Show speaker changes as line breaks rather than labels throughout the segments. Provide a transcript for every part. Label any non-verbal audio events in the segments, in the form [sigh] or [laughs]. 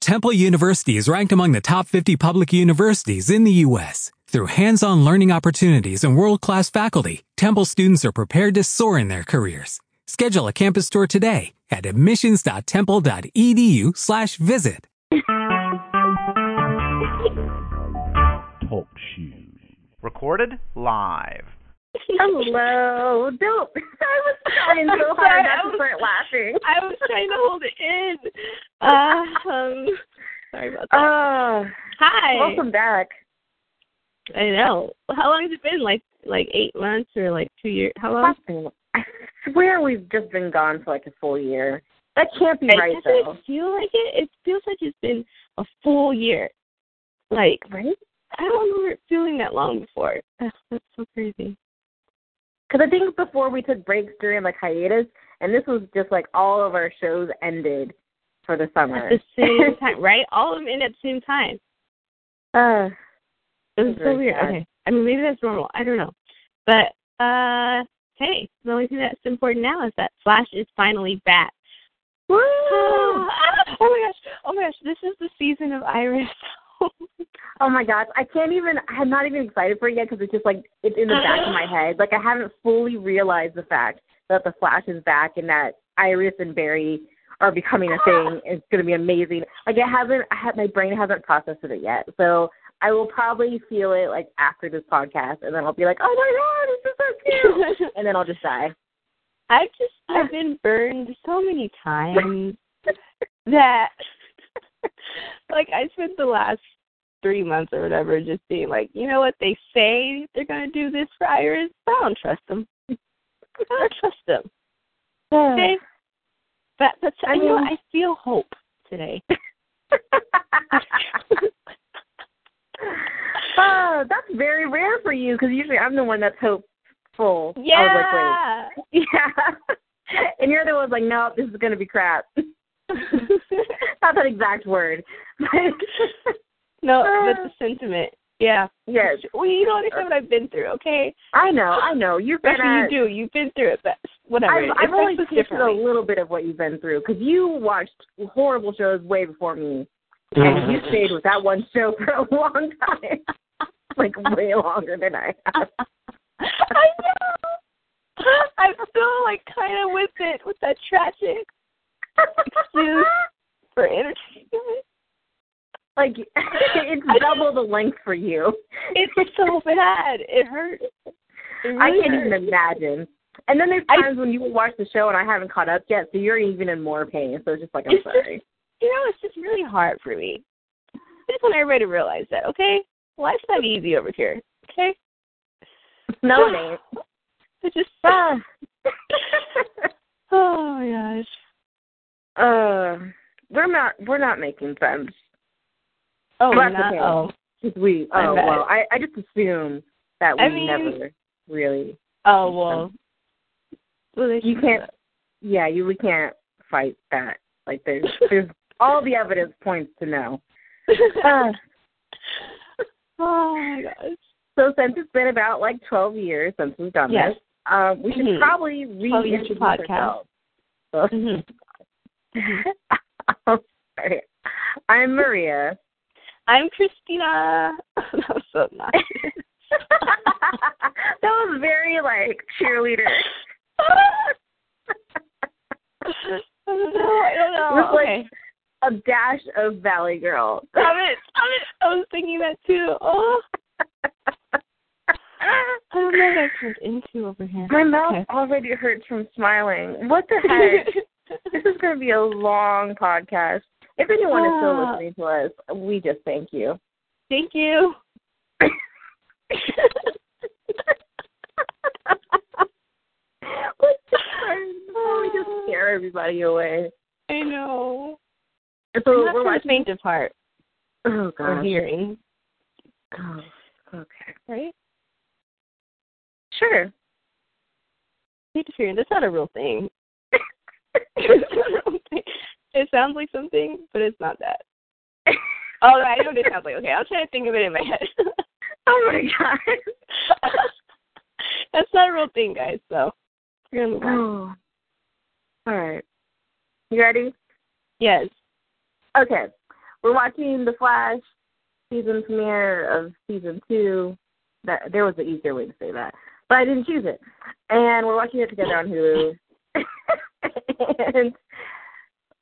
Temple University is ranked among the top 50 public universities in the U.S. Through hands on learning opportunities and world class faculty, Temple students are prepared to soar in their careers. Schedule a campus tour today at admissions.temple.edu E slash visit.
Talk shoes.
Recorded live.
Hello. Don't. [laughs] I
[laughs]
was trying so hard not to start laughing.
I was trying to hold it in. Uh, [laughs] um, sorry about that.
Oh,
Hi.
welcome back.
I know. How long has it been? Like like eight months or like two years? How long?
Fucking- I swear we've just been gone for like a full year. That can't be right,
Doesn't
though.
it feel like it? It feels like it's been a full year. Like
Right?
I don't remember it feeling that long before. [sighs] Ugh, That's so crazy.
Because I think before we took breaks during like hiatus, and this was just like all of our shows ended for the summer.
At the
[laughs]
same time, right? All of them in at the same time.
uh,
It was
That's
so
very
weird.
sad.
Okay. I mean, maybe that's normal. I don't know. But uh, hey, the only thing that's important now is that Flash is finally back.
woo!
[laughs] oh my gosh! Oh my gosh! This is the season of Iris. [laughs]
Oh my gosh, I can't even. I'm not even excited for it yet because it's just like it's in the back of my head. Like I haven't fully realized the fact that the Flash is back and that Iris and Barry are becoming a thing. It's going to be amazing. Like I haven't. I have, my brain hasn't processed it yet, so I will probably feel it like after this podcast, and then I'll be like, oh my god, this is so cute, and then I'll just die.
I've just I've been burned so many times [laughs] that [laughs] like I spent the last three months or whatever just being like, you know what they say they're gonna do this for Iris, but I don't trust them. [laughs] I don't trust them. Okay, [laughs]
[laughs]
but but
I
I know
mean-
I feel hope [laughs] today.
oh, that's very rare for you because usually I'm the one that's hopeful. I was like, wait.
yeah.
Yeah. [laughs] And you're the one like, no, this is gonna be crap. [laughs] Not that exact word. [laughs] But [laughs]
no, but the sentiment. Yeah.
yes.
Well, you don't understand what I've been through, okay?
I know, I know. You've been at,
Actually, you do. You've been through it, but whatever.
I've,
It
I've only
affects us
tasted a
[laughs] differently.
little bit of what you've been through because you watched horrible shows way before me, and you stayed with that one show for a [laughs] long time, like way longer than I have.
I know. I'm still like kind of with it with that tragic excuse for entertainment.
like [laughs] it's
I-
double the length for you.
It's so bad. It hurts. It
I
really
can't
hurts.
even imagine. And then there's
I-
times when you watch the show and I haven't caught up yet, so you're even in more pain. So it's just like I'm
[laughs] It's just-
sorry.
You know, it's just really hard for me. I just want everybody to realize that, okay? Life's not easy over here, okay?
No, it ain't.
It's just
Ah.
[laughs] oh my gosh.
uh, we're not we're not making sense.
Oh,
That's
not,
okay.
oh.
'Cause we
I
oh
bet.
well, I I just assume that we
I mean-
never really.
Oh well. well they
You
should
can't-
have-
Yeah, you we can't fight that. Like
[laughs]
there's there's all the evidence points to no. Ah.
[laughs] oh my gosh.
so since it's been about like 12 years since we've done
Yes.
this, um, we should
Mhm.
probably
years
reintroduce
podcast.
ourselves.
[laughs] Mhm.
Mm-hmm. [laughs] I'm Oh, sorry. I'm Maria. [laughs]
I'm Christina. [laughs] that was so
[laughs]
nice.
that was very like cheerleader.
I don't know. I don't know.
It was like-
okay.
A dash of Valley Girl.
Stop it. Stop it. I was thinking that too. Oh, I don't know what I turned into over here.
My mouth
Okay.
already hurts from smiling. What the
[laughs]
heck? [laughs] this is going to be a long podcast. If anyone is still
Ah.
listening to us, we just thank you.
Thank you.
we just, we just scare everybody away.
I know.
And
I'm
so
not
we're
for the
watching.
faint of heart
Oh
or
gosh.
hearing,
Oh, okay.
right?
Sure.
Faint of hearing. That's not a real
[laughs]
thing. It's not a real thing. It sounds like something, but it's not that. Oh, I know what it sounds like. Okay, I'll try to think of it in my head. [laughs]
oh my [laughs] god.
That's not a real thing, guys. So
[sighs]
we're gonna move on.
Oh. All right. You ready?
Yes.
Okay. we're watching The Flash season premiere of season two. That there was an easier way to say that, but I didn't choose it. And we're watching it together on Hulu. [laughs] and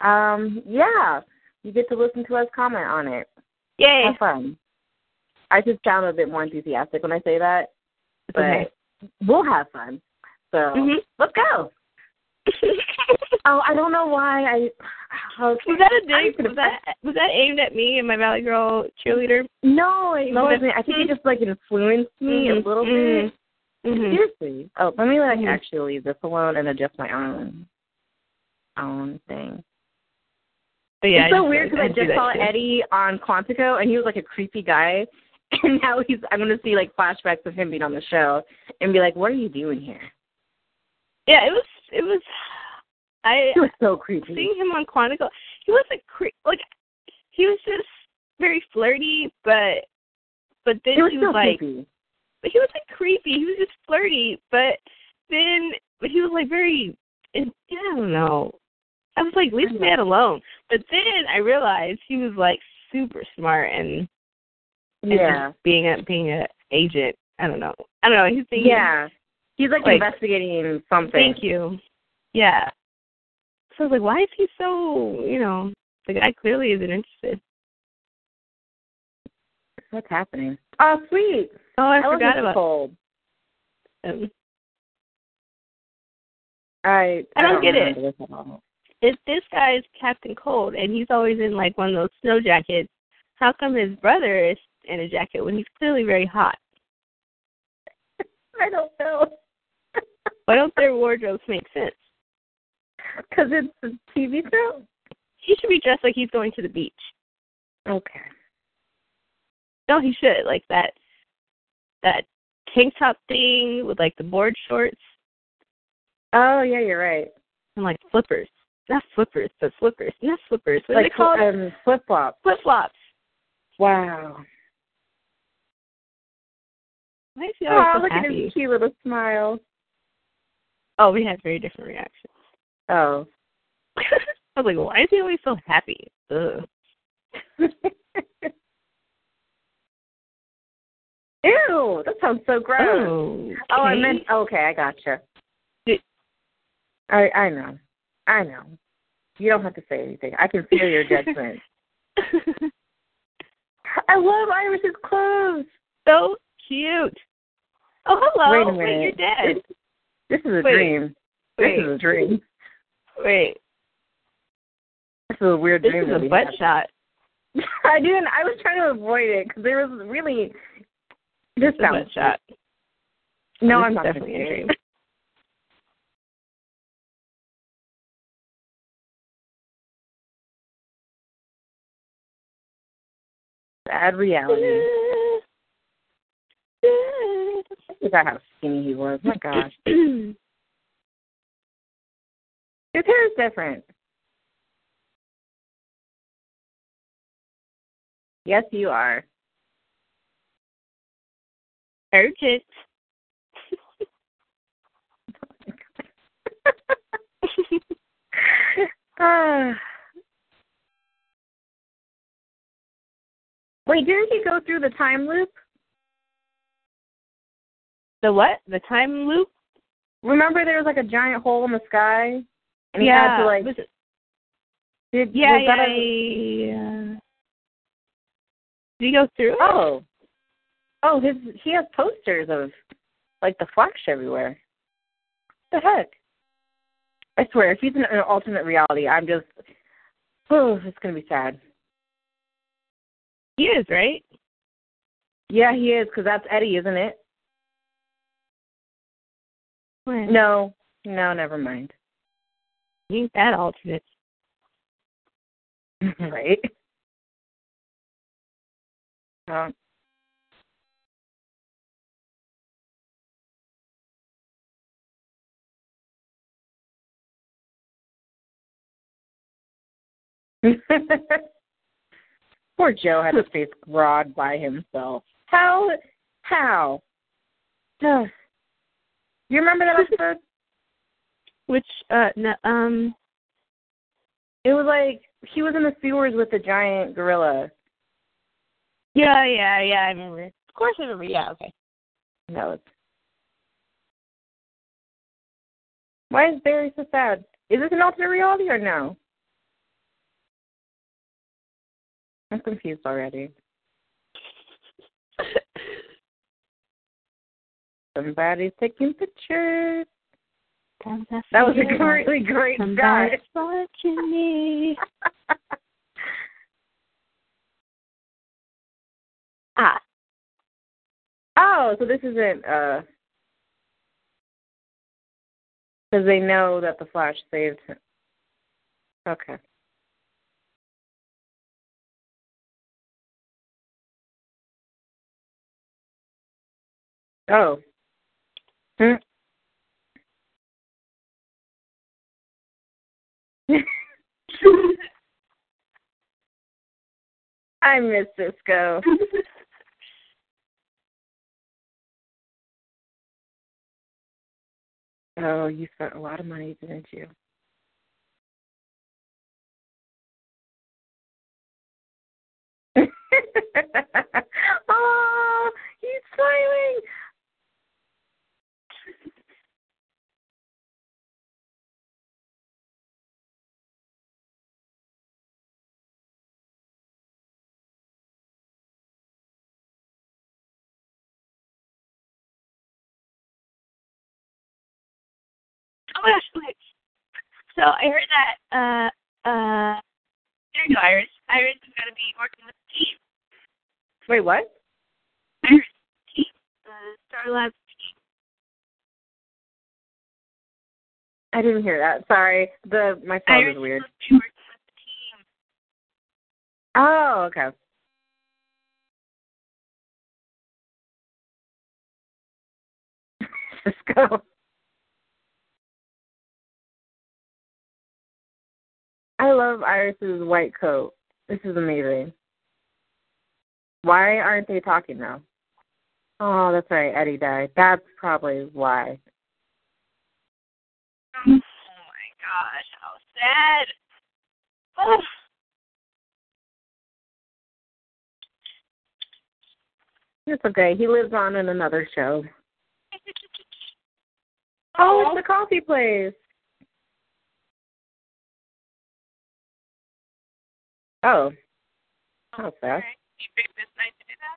um, yeah, you get to listen to us comment on it.
Yay.
Have fun. I should sound a bit more enthusiastic when I say that, but
Okay.
we'll have fun. So
Mhm.
let's
[laughs]
go. Oh, I don't know why I. Oh,
was that a
I'm
dig?
gonna-
Was that was that aimed at me and my Valley Girl cheerleader?
No, it
No, mm-hmm.
wasn't. I think it just like influenced me
Mhm,
a little
mhm,
bit.
mhm.
Seriously. Oh, let me like
Mhm.
actually leave this alone and adjust my own own thing.
But yeah,
it's so
I
weird because I,
do
just
that
saw
too.
Eddie on Quantico and he was like a creepy guy, [laughs] and now he's I'm gonna see like flashbacks of him being on the show and be like, what are you doing here?
Yeah, it was it was. I
He was so creepy.
seeing him on Quantico, he wasn't cre- like he was just very flirty, but but then
He was
he
so
was like
creepy.
but he wasn't creepy. He was just flirty. But then, but he was like very, I don't know. I was like, leave the man alone. But then I realized he was like super smart and, and
Yeah.
just being a being a agent. I don't know. I don't know. He's thinking.
Yeah. He's like,
Like-
investigating something.
Thank you. Yeah. So I was like, why is he so? You know, the guy clearly isn't interested.
What's happening? Oh, sweet.
Oh, I,
love
forgot
this
about
cold.
him.
I
I don't get it.
remember this at all.
if this guy is Captain Cold and he's always in like one of those snow jackets, how come his brother is in a jacket when he's clearly very hot?
I don't know [laughs]
Why don't their wardrobes make sense?
because it's a TV show.
He should be dressed like he's going to the beach.
Okay.
No, he should like that that tank top thing with like the board shorts
Oh yeah, you're right.
and like flippers. Not flippers, but slippers. Not slippers. What
like
are they called?
um, flip flops.
Flip flops.
Wow.
Why is he always
Oh,
so
look at
happy?
his cute little smile.
Oh, we had very different reactions.
Oh.
I was like, why is he always so happy? Ugh.
[laughs] Ew, that sounds so gross.
Oh,
Oh, I
okay.
meant okay. I gotcha.
Did-
I I know, I know. You don't have to say anything. I can feel
[laughs]
your judgment. I love Iris's clothes.
so cute. Oh, hello.
Wait a minute.
you're dead.
This is a
Wait.
dream.
Wait,
This is a dream.
wait.
This is a weird
This
dream.
is
that
a
we
butt
had.
shot.
[laughs] I didn't. I was trying to avoid it because there was really. This
This is a
sounds.
butt shot.
No,
This
I'm
is
not
definitely
gonna
a
say it.
dream.
Sad
[laughs]
reality. I forgot how skinny he was. My
[clears throat]
gosh, his hair is different. Yes, you are. [laughs] [sighs]
Urgent.
Ah. Wait, didn't he go through the time loop?
The what? The time loop?
Remember, there was like a giant hole in the sky, and he
yeah.
had to like.
was it-
did,
yeah,
was
yeah,
that a-
yeah. Did you go through? it?
Oh. Oh, his he has posters of like the Flash everywhere. What the heck? I swear, if he's in an alternate reality, I'm just [sighs] oh, it's gonna be sad.
he is, right?
Yeah, he is, because that's Eddie, isn't it?
What?
No. No, never mind.
Ain't that alternate?
right. Um, [laughs] Poor Joe had to face Rod by himself. How? How? [sighs] Ugh. you remember that episode?
Which uh no, um
It was like she was in the sewers with the giant gorilla.
Yeah, yeah, yeah. I remember. Of course, I remember. Yeah, okay.
No. it's- Why is Barry so sad? Is this an alternate reality or no? I'm confused already. Somebody's taking pictures. That was a really great shot.
Somebody's watching me.
ah. Oh, so this isn't uh because they know that the Flash saved him. Okay. Oh. Hmm. [laughs] I miss Cisco. [laughs] oh, you spent a lot of money, didn't you? [laughs] oh, he's smiling.
[laughs] Oh my gosh, wait. So I heard that uh uh there you go, Iris. Iris is gonna be working with the team.
Wait, what?
Iris team. Uh Star Labs team.
I didn't hear that. Sorry. The my phone
Iris
is weird.
is supposed to be working with the team.
Oh, okay. [laughs] Cisco. I love Iris's white coat. This is amazing. Why aren't they talking now? Oh, that's right. Eddie died. That's probably why.
Oh my gosh, how sad. Oh,
It's okay. He lives on in another show. Oh, it's the coffee place. Oh. How fast.
okay. You think it's nice to do that?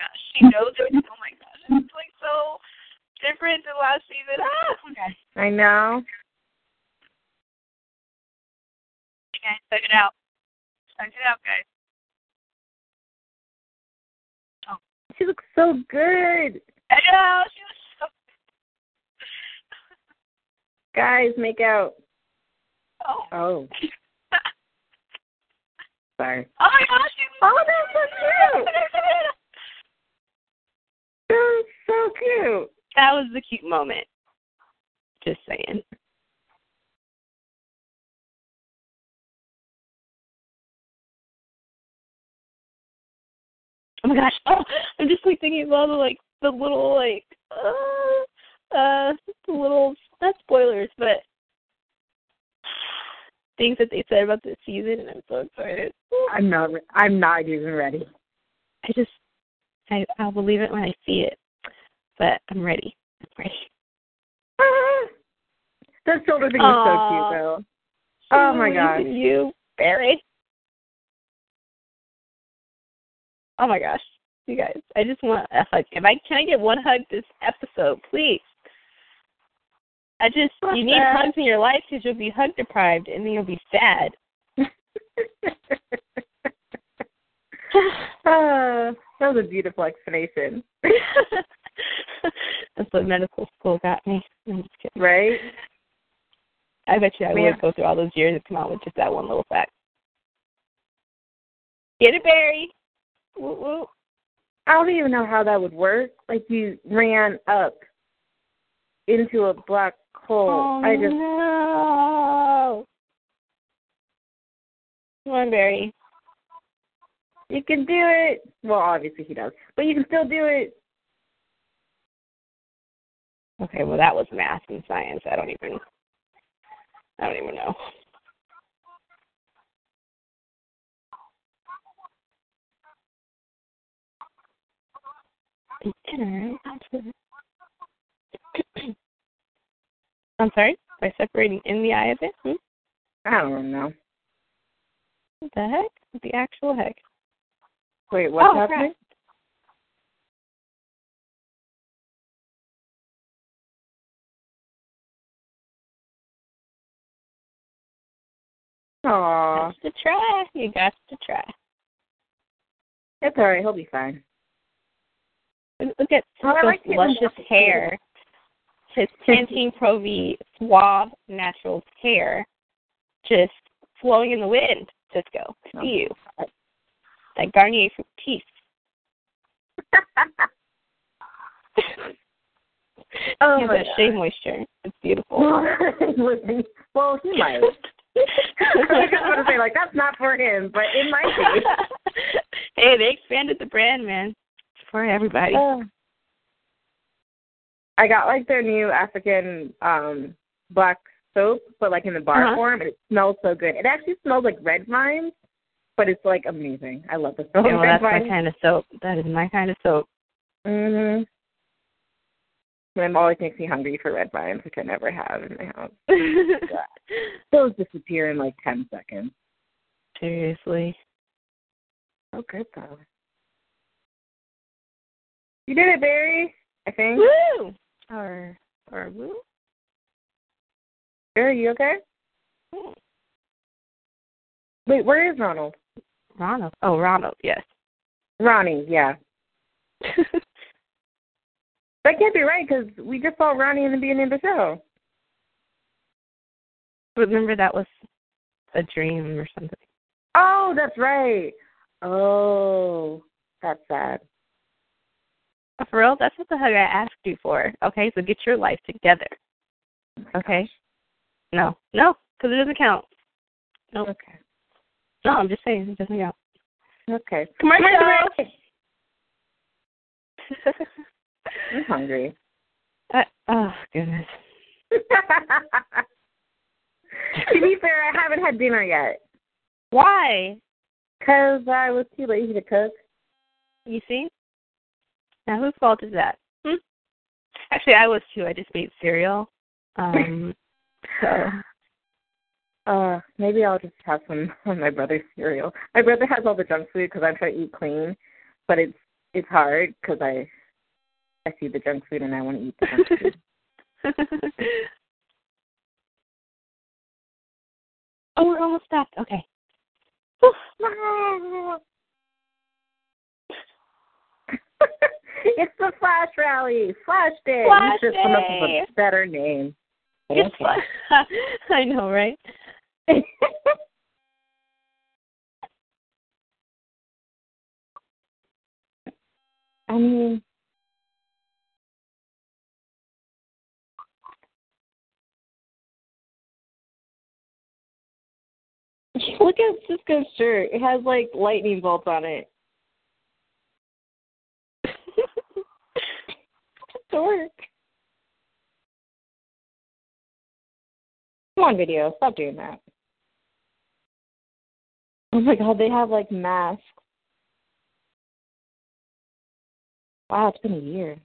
Gosh, she knows it. Oh my gosh, it's like so different than last season. Ah, okay.
I know.
Okay, check it out. Check it out, guys.
She looks so good.
I know she was so.
Guys, make out.
Oh,
Oh. Sorry.
oh my gosh, she was.
Oh, that's so cute. That was so cute.
That was the cute moment. Just saying. Oh my gosh! Oh, I'm just like thinking of all the like the little like uh, uh the little not spoilers, but things that they said about this season, and I'm so excited.
I'm not I'm not even ready. [laughs]
I just I I'll believe it when I see it, but I'm ready. I'm ready.
That shoulder thing was so
Aw.
cute though. Oh my gosh.
Believe in You, Barry. Oh my gosh. You guys, I just want a hug. If I can I get one hug this episode, please. I just you need
Okay.
hugs in your life because you'll be hug deprived and then you'll be sad. [laughs]
Uh, that was a beautiful explanation.
[laughs] That's what medical school got me. I'm just kidding.
right?
I bet you I
Man.
would go through all those years and come out with just that one little fact. Get it, Barry. Woo woo.
I don't even know how that would work. Like you ran up into a black hole. Oh, I just
Oh, no. Come on, Barry.
you can do it. Well, obviously he does, but you can still do it.
Okay, well that was math and science. I don't even I don't even know. [clears throat] Dinner after- I'm sorry? By separating in the eye of it? Hmm?
I don't know.
What the heck? What the actual heck?
Wait, what's
Oh, crap.
happening? Aw,
Got to try. You got to try.
it's all right. He'll be fine.
And Look at
Well, I
Sisco's
like to even
luscious
watch the
hair. His Pantene Pro V suave natural hair just flowing in the wind, Cisco. I See you. That Garnier Fructis.
Oh,
Gives
my
it
God.
shea moisture. It's
[laughs]
beautiful.
Listen, [laughs] well, he
[laughs]
might. [laughs] I was just going to say, like, that's not for him, but it might be.
hey, they expanded the brand, man. It's for everybody.
Oh, I got like their new African um black soap, but like in the bar
Uh-huh.
form, and it smells so good. It actually smells like red vines, but it's like amazing. Oh, I love the smell
Yeah,
of
well,
red
that's my
vines.
kind of soap. That is my kind of soap.
[laughs] Mhm. My mom always makes me hungry for red vines, which I never have in my house. Those disappear in like ten seconds.
Seriously.
So Oh, good though. You did it, Barry. I think.
Woo! Or or woo?
Barry, you okay? Wait, where is Ronald?
Ronald. Oh, Ronald. Yes. [laughs]
Ronnie, yeah. That can't be right because we just saw Ronnie in the beginning of the show.
Remember that was a dream or something.
Oh, that's right. Oh, that's sad.
Oh, for real? That's what the hug I asked you for. Okay, so get your life together. Okay. No, no, because it doesn't count. Nope.
Okay.
No, I'm just saying it doesn't count. [laughs]
Okay.
Commercial.
I'm hungry. [laughs]
uh, oh goodness.
to be fair, I haven't had dinner yet
Why?
because I was too lazy to cook.
You see? Now whose fault is that? Hmm? Actually, I was too. I just made cereal. Um, so.
Uh, maybe I'll just have some [laughs] on my brother's cereal. My brother has all the junk food because I'm trying to eat clean, but it's it's hard because I I see the junk food and I want to eat the junk
[laughs]
food. [laughs]
oh, Oh, we're almost back. Okay.
it's the Flash Rally. Flash Day.
Flash
you should come up with
Day.
a better name.
It's
Okay.
fun. [laughs] I know, right?
I mean, [laughs] look at Cisco's shirt. It has like lightning bolts on it. [laughs] Dork. Come on, video. Stop doing that. Oh my god, they have like masks. Wow, it's been a year.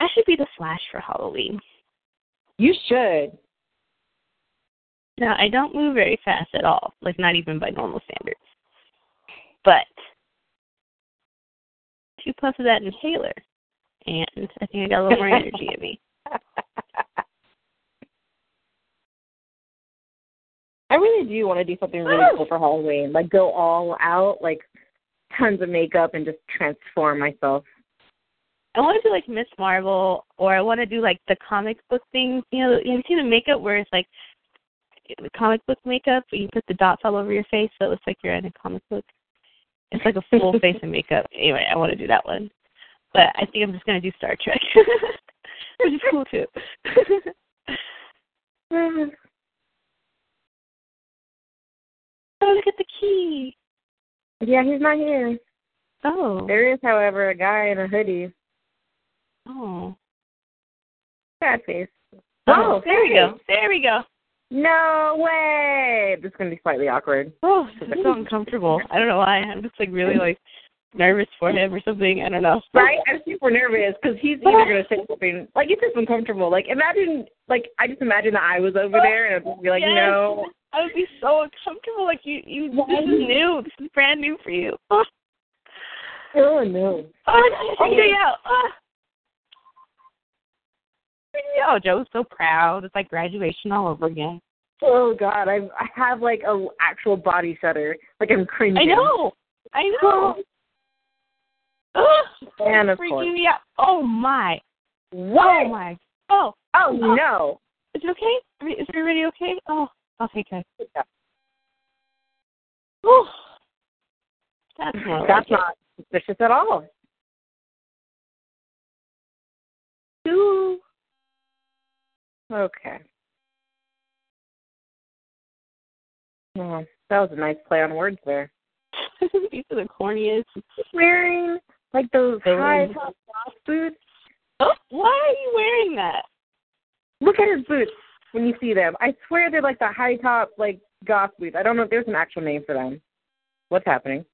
I should be the Flash for Halloween.
You should.
Now, I don't move very fast at all, like not even by normal standards. But two puffs of that inhaler, and I think I got a little more energy in me.
I really do want to do something really cool for Halloween. Like go all out, like tons of makeup and just transform myself. [sighs]
I want to do like Miss Marvel, or I want to do like the comic book thing. You know, have you seen the makeup where it's like the comic book makeup, but you put the dots all over your face, so it looks like you're in a comic book. It's like a full face of makeup. Anyway, I want to do that one, but I think I'm just gonna do Star Trek, [laughs] which is cool too. [laughs]
Mm.
oh, look at the key.
yeah, he's not here.
Oh,
There is, however, a guy in a hoodie.
oh,
Sad face.
oh, there we
hey.
Oh, go. There we go.
Oh, No way! This is gonna be slightly awkward.
Oh, I'm so uncomfortable. I don't know why. I'm just like really like nervous for him or something. I don't know.
[laughs] Right? I'm super nervous because he's [laughs] either gonna say something like it's just uncomfortable. Like imagine, like I just imagine that I was over there and I'd be like,
Yes.
no.
I would be so uncomfortable. Like you, you. This is new. This is brand new for you. Oh,
Oh no.
oh no, check it out. Oh. Oh, Joe's so proud. It's like graduation all over again.
Oh god, I I have like a actual body shudder. Like I'm cringing.
I know. I know. [gasps] Oh,
And of
freaking
course.
me out. Oh my.
What?
Oh my. Oh,
Oh no.
is it okay? Every- Is everybody okay? Oh, okay, good. Oh, that's more like
That's
it.
not suspicious at all. Ooh. Okay. Oh, that was a nice play on words there.
[laughs] These are the corniest.
Wearing like those
Those-
high top box boots.
Oh, why are you wearing that?
Look at his boots when you see them. I swear they're like the high top like goth boots. I don't know if there's an actual name for them. What's happening?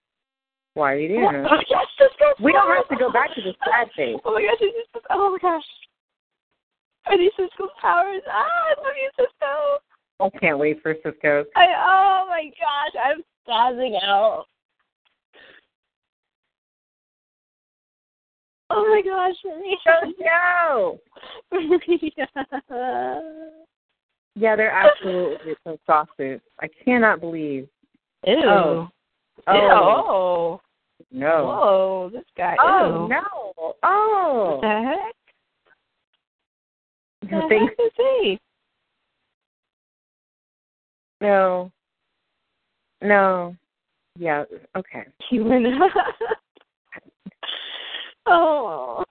Why are you doing that?
Oh, [laughs] yes, just go
We don't
slow.
have to go back to this sad thing.
Oh my gosh, it's just, oh my gosh. I need Cisco's powers. Ah, I love you, Cisco.
I can't wait for Cisco.
I, oh my gosh, I'm spazzing out. Oh my gosh, Maria.
No.
Maria.
Yeah, they're absolutely some soft boots. I cannot believe.
[laughs] Ew.
Oh. Oh
Oh.
no.
Whoa, this guy.
Oh
ew.
no.
What
Oh.
the heck? What the
Thanks.
heck is he?
No. No. Yeah. Okay.
Human. [laughs] oh.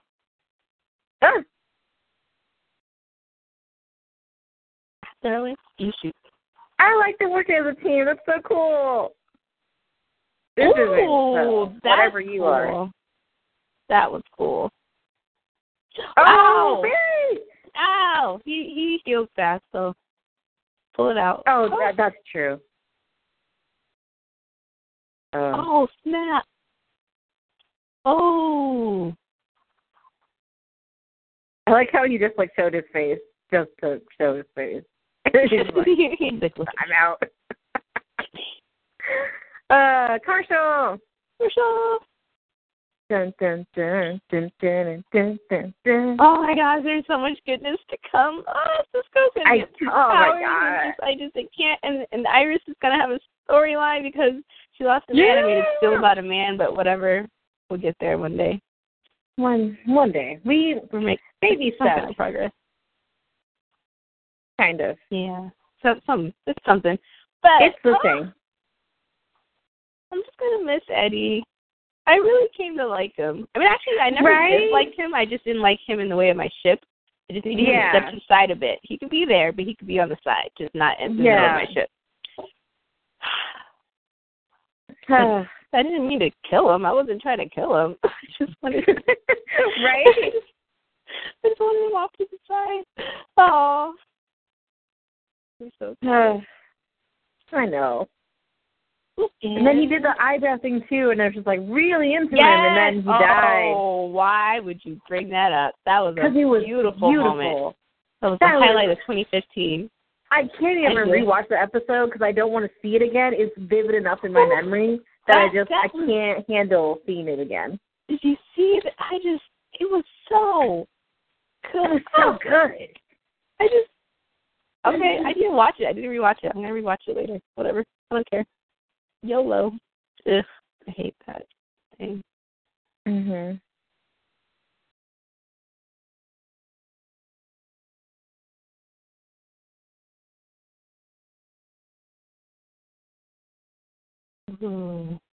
Ah,
Darling, you shoot.
I like to work as a team. That's so cool. This is it.
Ooh,
So,
that's
uh, whatever you
cool.
are.
That was cool.
Oh,
Ow!
Barry.
Ow! He he heals fast, so pull it out.
Oh, [gasps] that, that's true. Oh.
Oh snap! Oh,
I like how he just like showed his face just to show his face. [laughs] He's
[laughs]
like, I'm out. [laughs] uh, commercial.
Commercial.
Dun, dun, dun, dun, dun, dun, dun, dun.
Oh my gosh, there's so much goodness to come. Oh, Cisco's gonna
I,
get
oh my
powers and
god.
just- I just I can't. And and Iris is gonna have a storyline because she lost an
Yeah.
animated still about a man, but whatever. We'll get there one day.
One one day. We
We're making
baby
some
steps,
kind of progress.
kind of.
Yeah. So some it's something. But
It's the
oh,
thing.
I'm just gonna miss Eddie. I really came to like him. I mean, actually, I never
Right?
disliked him. I just didn't like him in the way of my ship. I just needed
Yeah.
him to step to the side a bit. He could be there, but he could be on the side, just not in the middle
Yeah.
of my ship. [sighs] Uh.
right?
I didn't mean to kill him. I wasn't trying to kill him. [laughs] I just wanted to [laughs] I just wanted him off to the side. Oh. I'm so
Uh, [sighs] I know. And then he did the eyebrow thing too, and I was just like really into him, and then he
oh,
died
why would you bring that up? That was a
because he was
beautiful, moment. That was
That
the
was-
highlight of 2015.
I can't even
Anyway.
rewatch the episode because I don't want to see it again. It's vivid enough in my memory that I
That-
just I
that was-
can't handle seeing it again.
Did you see it? I just, it was so
It was
good.
so good.
I just, Oh, okay, I didn't watch it. I didn't rewatch it. I'm going to rewatch it later. Whatever. I don't care. YOLO. Ugh, I hate that thing. [laughs]
Mhm.
Mhm.
[laughs]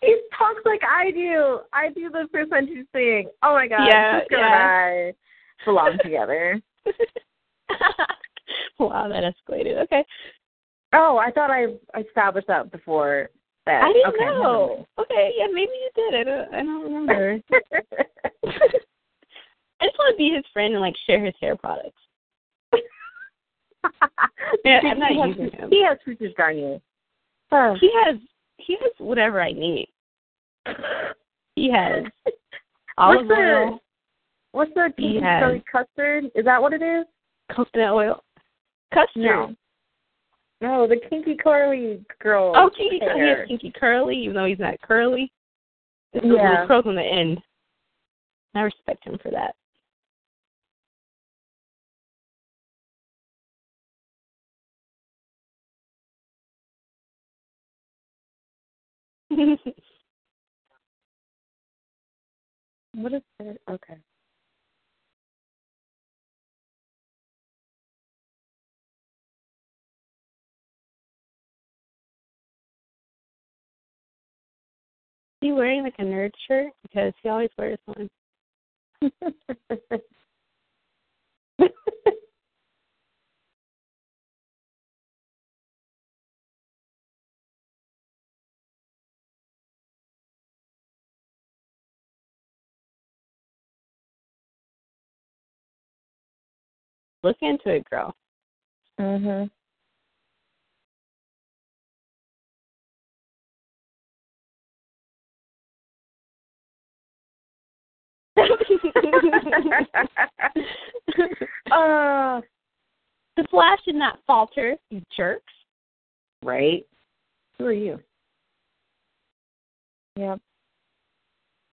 He talks like I do. I do the percentage thing. Oh my god.
Yeah,
Cisco and I belong together.
wow, that escalated. Okay.
Oh, I thought I I established that before. said.
I didn't
okay, never
know. Okay, yeah, maybe you did. I don't. I
[laughs]
don't [laughs] remember. [laughs] I just want to be his friend and like share his hair products.
mind.
Yeah, I'm not
he has,
using him.
He has Princess Garnier. Oh.
He has. He has whatever I need. He
[laughs]
has olive
What's the-
oil,
What's the
He
Princess
has-
Curry custard? Is that what it is?
coconut oil, custard.
No. No, the kinky curly girl.
Oh, kinky. Curly. He
hair.
has kinky curly, even though he's not curly. It's the
Yeah.
little curls on the end. I respect him for that. [laughs]
What is that? Okay.
he wearing like a nerd shirt? Because he always wears one. [laughs] Look into it, girl. Mm-hmm. [laughs]
mhm.
[laughs]
Uh,
the Flash did not falter, you jerks.
right. Who are you? Yep.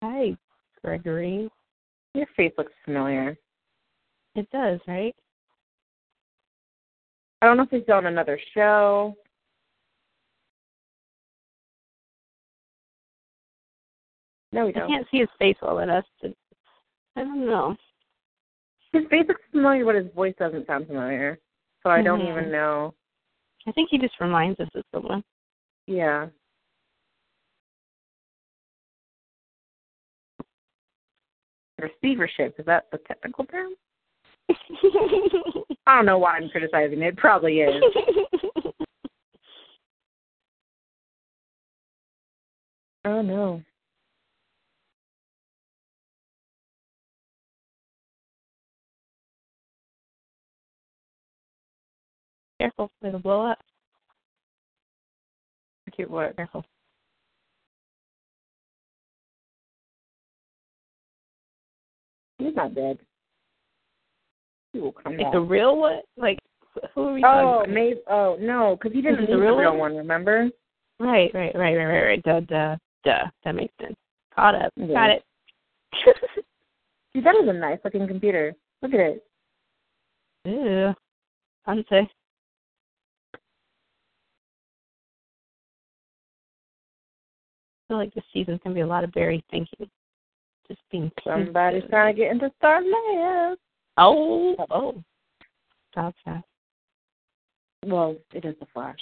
Hi, Gregory.
[laughs] Your face looks familiar.
It does, right?
I don't know if he's on another show. No, we
I
don't.
can't see his face well enough. To, I don't know.
His face looks familiar, but his voice doesn't sound familiar. So I don't
Mhm.
even know.
I think he just reminds us of
[laughs]
someone.
Yeah. Receivership, is that the technical
[laughs]
term? I don't know why I'm criticizing it. It probably
[laughs]
is. oh no.
Careful, it'll blow up.
Cute what?
Careful.
He's not dead. He will come
Like
back.
the real what? Like who are we
Oh,
talking about?
maybe. Oh no, because he didn't
Is
need
it
the
the real
real
one?
one. Remember?
Right, right, right, right, right, right. Duh, duh, duh. That makes sense. Caught up.
Yeah.
Got it.
Dude, that is a nice looking computer. Look at it.
Ew. Fancy. I feel like this season's gonna be a lot of Barry thinking. Just being
Somebody's
thinking.
trying to get into Star Labs.
Oh, oh. Stop that.
Well, it is the Flash.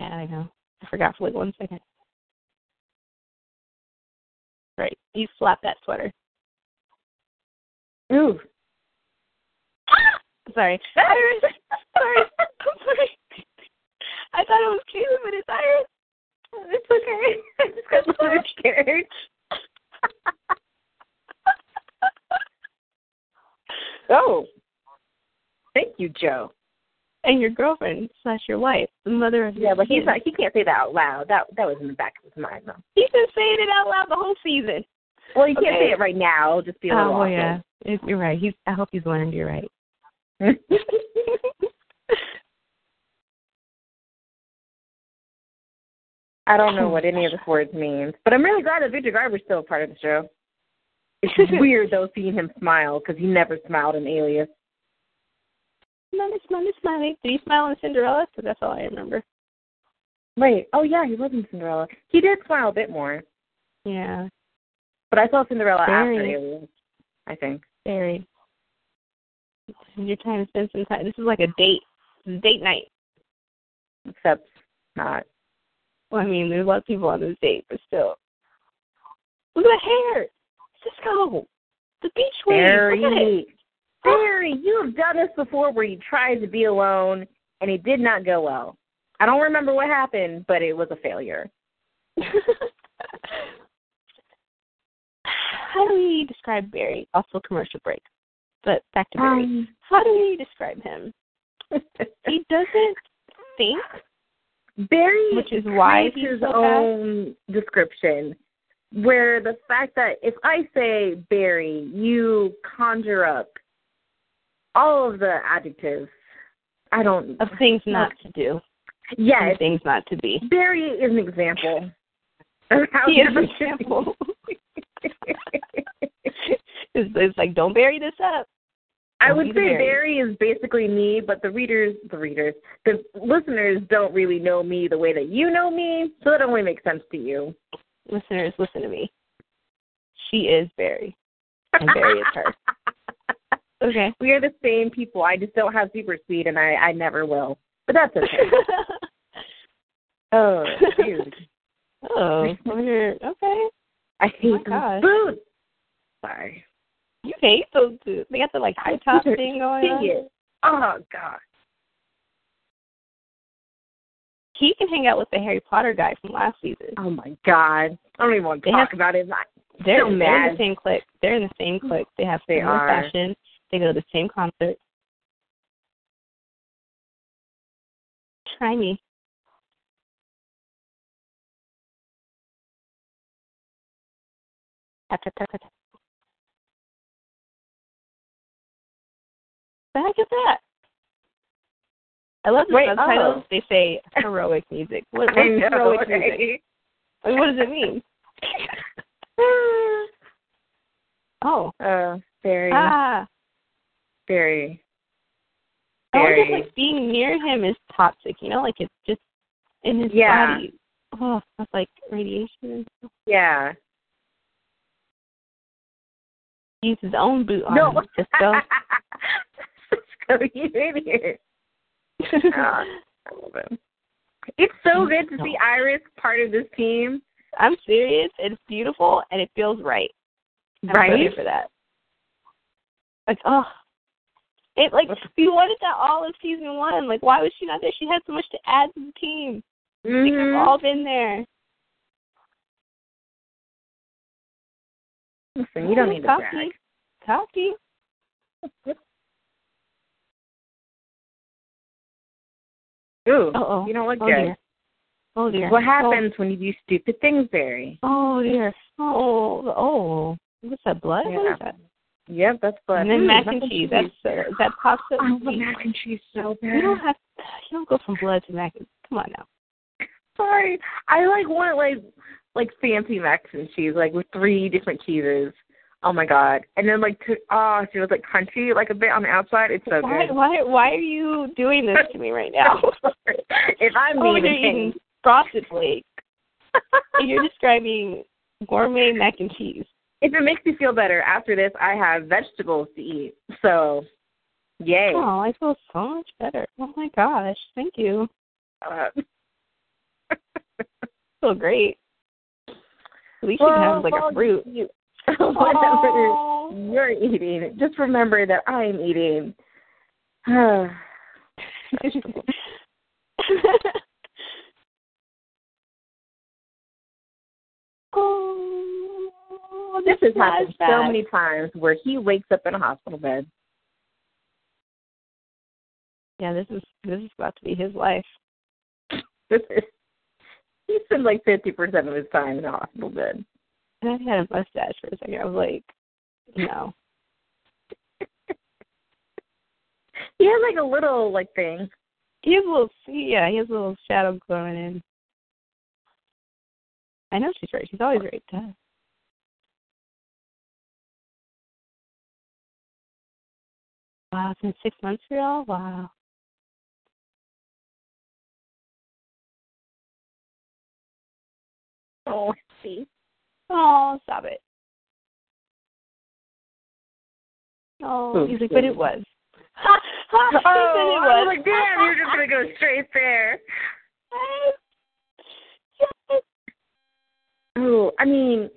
Yeah, I know. I forgot for like one second. Right. You slap that sweater.
Ooh.
[laughs] Sorry. Iris. sorry. I'm sorry. I thought it was cute, but it's Iris.
It's
[laughs]
okay. I just got a little scared. oh. Thank you, Joe.
And your girlfriend slash your wife, the mother of
Yeah,
your
but he's
kids.
not he can't say that out loud. That that was in the back of his mind though.
He's been saying it out loud the whole season.
Well you can't
Okay. Oh,
say it right now, It'll just be a little
well, It- you're right. He's. I hope he's learned. You're right.
awkward. [laughs] I don't know what any of the words means. But I'm really glad that Victor Garber's still a part of the show.
[laughs]
It's weird though seeing him smile because he never smiled in Alias.
[laughs] smiley, smiley, smiley. Did he smile on Cinderella? Because that's all I remember.
Wait, oh yeah, he was in Cinderella. He did smile a bit more.
Yeah,
But I saw Cinderella after
Very.
Aliens, I think.
very. Your time to spend some time. This is like a date. This is date night.
Except not.
Well, I mean, there's a lot of people on this date, but still. Look at the hair. Cisco. The beach wave. Look at it.
[gasps] Barry, Barry, you have done this before where you tried to be alone and it did not go well. I don't remember what happened, but it was a failure.
[laughs] How do we describe Barry? Also commercial break. But back to Barry.
Um,
How do we describe him? Um, He doesn't think,
[laughs] Barry
which is why
creates
he's
his
so fast.
own description, where the fact that if I say Barry, you conjure up all of the adjectives. I don't.
of things not to do and
Yes,
things not to be.
Barry is an example. of how
[laughs] He is
you
an
should be. [laughs]
example. [laughs] it's, it's like don't bury this up.
I
Don't
would
be
say
the Barry.
Barry is basically me, but the readers, the readers, the listeners don't really know me the way that you know me, so it only makes sense to you.
Listeners, listen to me. She is Barry, and Barry is her. [laughs] Okay.
[laughs] We are the same people. I just don't have super speed, and I, I never will. But that's
[laughs]
okay. oh, dude.
oh, over here. [laughs] Okay.
I hate
my
those
gosh.
boots. Sorry.
You hate those two. They got the like high top
I
thing going
hate
on.
it. Oh, God.
He can hang out with the Harry Potter guy from last season.
Oh, my God. I don't even want to
They
talk
have-
about it.
[laughs] They're,
so
they're in
mad.
the same clique. They're in the same clique. They have
They
similar
are.
fashion. They go to the same concert. Try me. Tap, tap, tap, tap, tap. The heck is that? I love the
Wait,
subtitles.
oh.
They say heroic music. What, what's
[laughs] I know,
heroic music?
right?
Like, what does it
[laughs]
mean? [laughs] oh.
Uh, Barry.
Ah.
Barry.
I wonder if
Very.
like being near him is toxic, you know, like it's just in his
Yeah.
body. Oh, that's like radiation and stuff.
Yeah.
He's his own boot on
No.
him,
[laughs]
Cisco.
Cisco, you idiot. Ah. I love him. It's so good to see Iris part of this team.
[laughs] I'm serious, it's beautiful and it feels right. I'm voting for that. Like, oh it like we wanted that all of season one. Like why was she not there? She had so much to add to the team. Like, They've
Mhm.
all been there.
Listen, you don't need to brag.
cocky. Cocky.
Ooh,
Uh-oh.
you don't look
Oh
good.
dear. Oh dear.
What
Oh,
happens when you do stupid things, Barry?
Oh dear. Oh, oh. What's that blood? What
Yeah.
is that?
Yep, that's fun.
And then mac and cheese. That's uh, that pasta.
I love mac and cheese so bad.
You don't have. You don't go from blood to mac. and Come on now.
Sorry, I like want like like fancy mac and cheese, like with three different cheeses. Oh my god! And then like to, oh, she was like crunchy, like a bit on the outside. It's so
Why?
good.
Why? Why are you doing this to me right
[laughs]
now? [laughs]
if I'm
oh,
mean
you're
and mean,
eating frosted flakes. [laughs] and you're describing gourmet mac and cheese.
if it makes you feel better after this, I have vegetables to eat. So, yay!
Oh, I feel so much better. Oh my gosh! Thank you.
Uh, [laughs]
I feel great. We should
well,
have like
well, oh.
a [laughs] fruit.
you- [laughs] whatever you're eating, just remember that I am eating. [sighs]
oh,
this has happened so
flashback.
many times where he wakes up in a hospital bed. [laughs]
Yeah, this is this is about to be his life.
This is he spends like fifty percent of his time in a hospital bed.
And I had a mustache for a second. I was like, no.
He has like a little like thing.
He has a little. Yeah, he has a little shadow going in. I know she's right. She's always right. Duh. Wow, it's been six months for y'all. Wow.
Oh, see.
Oh, stop it. Oh,
Oh,
he's like,
sorry.
but it was. [laughs] Ha, ha,
Oh, [laughs]
he said
I
it
was
was.
like, damn, you're just gonna go straight there.
Yes.
Oh, I mean,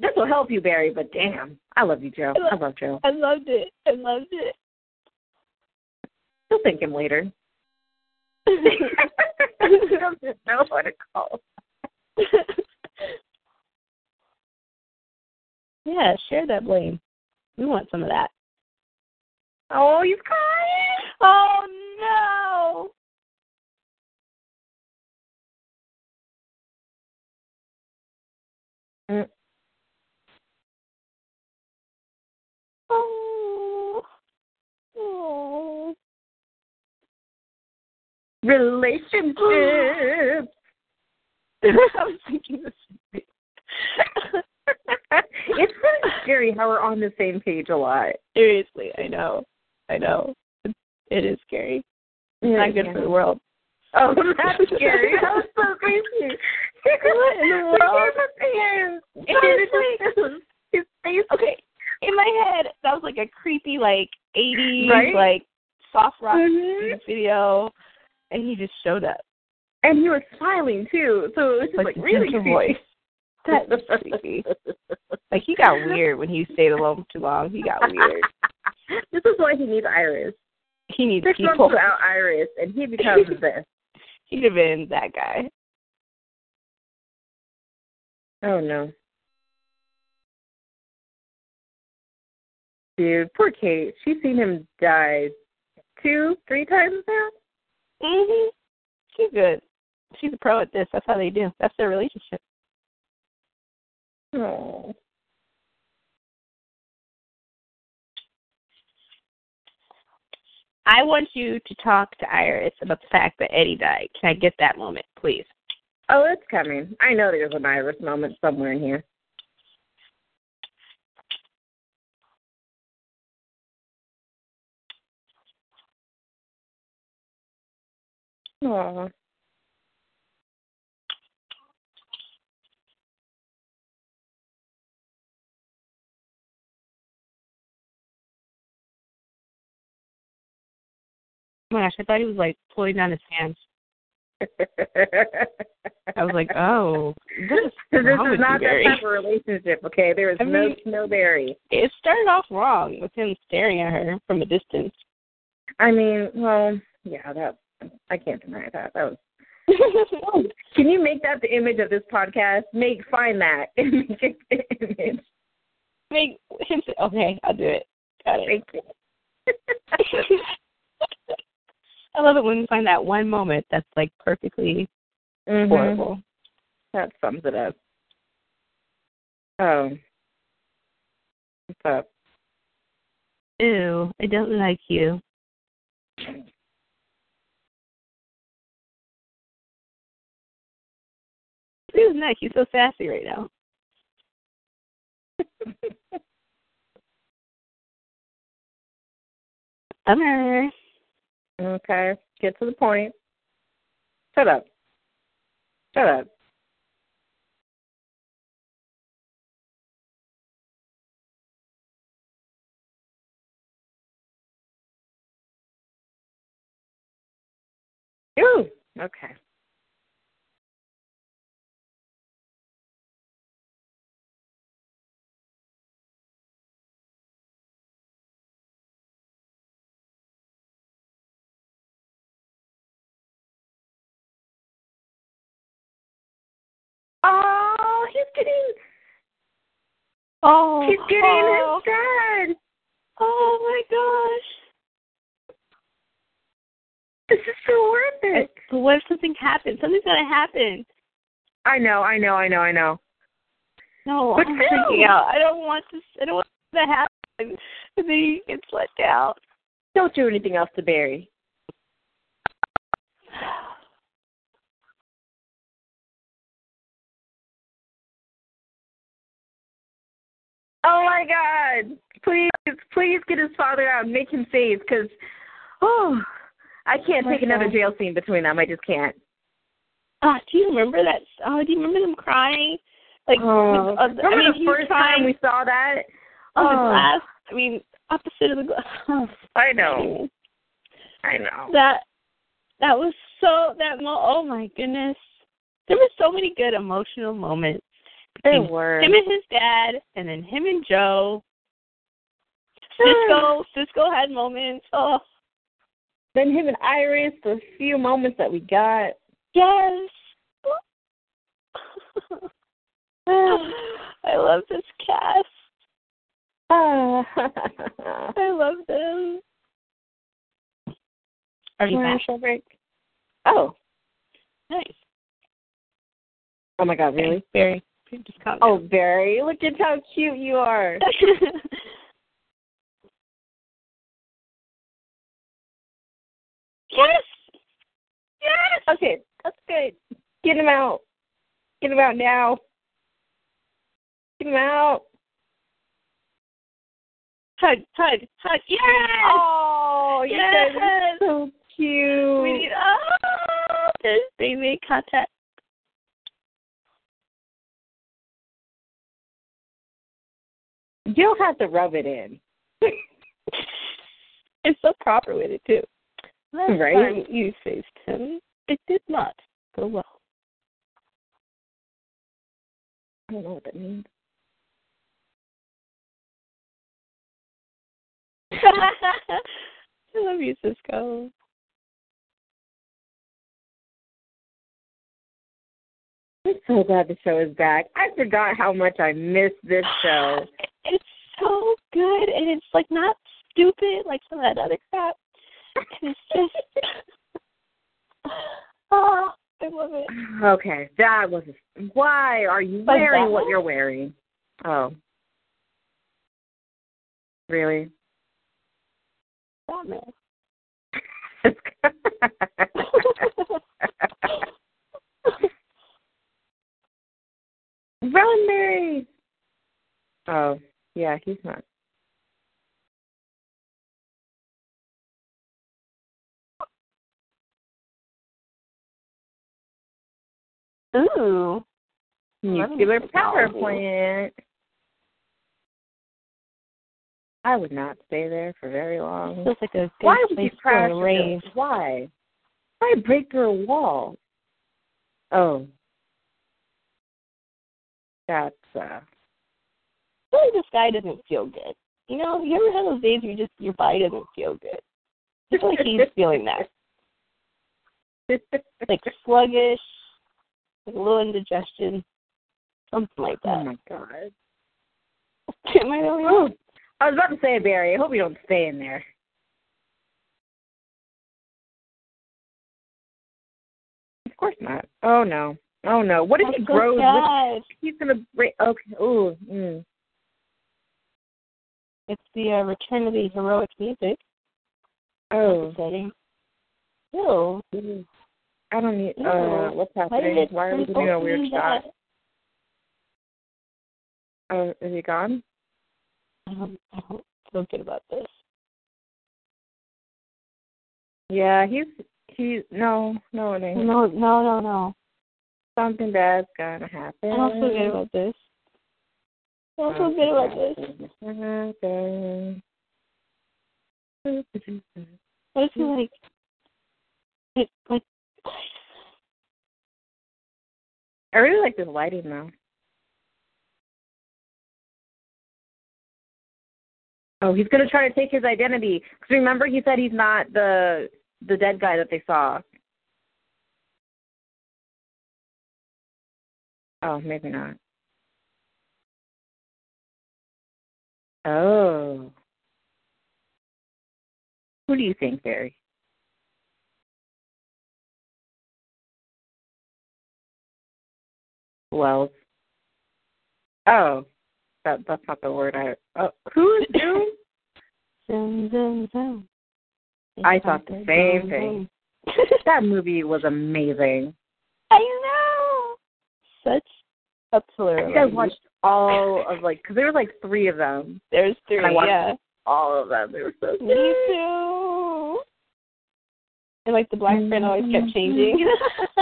this will help you, Barry. But damn, I love you, Joe. I love Joe.
[laughs] I loved it. I loved it.
He'll thank him later. I [laughs] don't even know what to call.
yeah, share that blame. We want some of that.
Oh, he's crying.
Oh no! Oh. Oh. [laughs]
Relationship.
I was thinking the same thing.
[laughs] it's kind of scary how we're on the same page a lot.
[laughs] Seriously, I know. I know. It's- It is scary. It's not good for the world.
Oh, that's scary. that was so crazy.
What in the
[laughs] Look
world?
at his hands.
It is [laughs]
his face.
Okay, in my head, that was like a creepy, like 80s,
Right?
like soft rock
Mhm.
music video, and he just showed up.
And he was smiling too, so it was just
Like,
like
the
really
gentle
creepy.
voice. That's creepy. Like he got weird when he stayed alone too long. He got weird.
[laughs] this is why he needs Iris.
He needs
Six months
people.
without Iris, and he becomes
[laughs]
this.
He'd have been that guy.
Oh no. Dude, poor Kate. She's seen him die two, three times now.
Mhm. She's good. She's a pro at this. That's how they do. That's their relationship.
Oh.
I want you to talk to Iris about the fact that Eddie died. Can I get that moment, please?
Oh, it's coming. I know there's an Iris moment somewhere in here. Aw. [laughs]
Oh my gosh, I thought he was like pulling down his hands. I was like, oh, this is
Because this
wrong with
is
you,
not that
Barry.
type of relationship, okay? There is
I
no
mean-
snowberry.
It started off wrong with him staring at her from a distance.
I mean, well, yeah, that I can't deny that.
[laughs]
That was. Can you make that the image of this podcast? Make find that [laughs] and make it the image.
Make him say, okay, I'll do it. Got it. [laughs]
Thank you.
I love it when we find that one moment that's like perfectly
Mhm.
horrible.
That sums it up. Um, what's up?
Ew, I don't like you. Dude, nice. He's so sassy right now. [laughs] Summer.
Okay, get to the point. Shut up. Shut up. Ooh, okay. Oh, he's getting
Oh,
he's getting
oh,
his dad.
oh my gosh.
This is so horrific.
But what if something happens? Something's gonna happen.
I know, I know, I know, I know.
No,
But
I'm
no.
freaking out. I don't want this. I don't want that to happen. And then he gets let down.
Don't do anything else to Barry. Oh my God! Please, please get his father out and make him save, because oh, I can't
Oh my
take another
God.
jail scene between them. I just can't.
Oh, do you remember that? Oh, do you remember them crying? Like, with, uh,
Oh. remember
I mean,
the
he was
first
crying
time we saw that?
on the
Oh.
glass. I mean, opposite of the glass. [sighs] Oh,
I know, I know.
that that was so that mo- oh my goodness there were so many good emotional moments
There
between
were.
him and his dad and then him and joe cisco cisco had moments oh
Then him and Iris, the few moments that we got. [laughs]
Yes. [sighs] I love this cast.
Ah.
I love them. Are
Commercial break. Oh.
Nice.
Oh my God! Really?
Very. Just calm
Oh, Barry! Look at how cute you are.
down. [laughs] yes. Yes.
Okay, that's good. Get him out. Get him out now. Get him out.
Hug, hug, hug. Yes.
Oh, you guys are
yes.
so cute.
We need. Oh, there's they made contact.
you don't have to rub it in.
It's so proper with it too. Last
Right.
time you faced him, it did not go well.
I don't know what that means.
[laughs] I love you, Cisco.
I'm so glad the show is back. I forgot how much I missed
[gasps]
this show.
[sighs] It's so good, and it's like not stupid like some of that other crap. And it's just, [sighs] oh, I love it.
Okay, that was. Why are you
Like
wearing
that
what
one?
you're wearing? Oh. Really? [laughs]
[laughs] Batman.
Run, Mary. Oh, yeah, he's not.
Ooh,
Nuclear
Running
power
technology.
plant. I would not stay there for very
[laughs]
long.
feels like a good
Why would you
place
crash?
for a
through-
rave.
Why? Why break through a wall? Oh, that's uh.
Really, this guy doesn't feel good. You know, you ever have those days where you just your body doesn't feel good? I feel like
[laughs]
he's feeling that. like sluggish, like a little indigestion, something like
oh
that.
my god.
[laughs] Am I the only
Oh,
one?
I was about to say Barry. I hope you don't stay in there. Of course not. Oh no. Oh no. What if
That's
he
so
grows? What
sad.
if he's gonna break? Okay. Ooh. Mm.
It's the uh, return of the heroic music.
Oh.
Upsetting. Ew.
I don't need.
Ew.
Uh, what's
Why did
happening?
it
Why are we
turn
doing a
open
weird
like
shot?
that?
Oh, is he gone?
[laughs] I don't, I don't feel good about this.
Yeah, he's he's no no it ain't.
No, no, no, no.
Something bad's gonna happen.
I don't feel good about this. I don't feel good about this.
about this.
What if he like, it, like,
I really like this lighting though. Oh, he's gonna try to take his identity. Cause remember, he said he's not the the dead guy that they saw. Oh, maybe not. Oh. Who do you think, Barry? Wells. Oh, that that's not the word I. Oh, who's Zoom?
zoom, zoom, zoom.
I thought the
Zoom,
same
zoom,
thing.
zoom. [laughs]
that movie was amazing.
I know. Such a
I
plurality.
think I watched all of like because there was like three of them. [laughs]
There's three.
and I watched-
yeah.
All of them. They were so
Me
good.
too. And like the black friend always
Mm-hmm.
kept
[laughs]
changing. [laughs]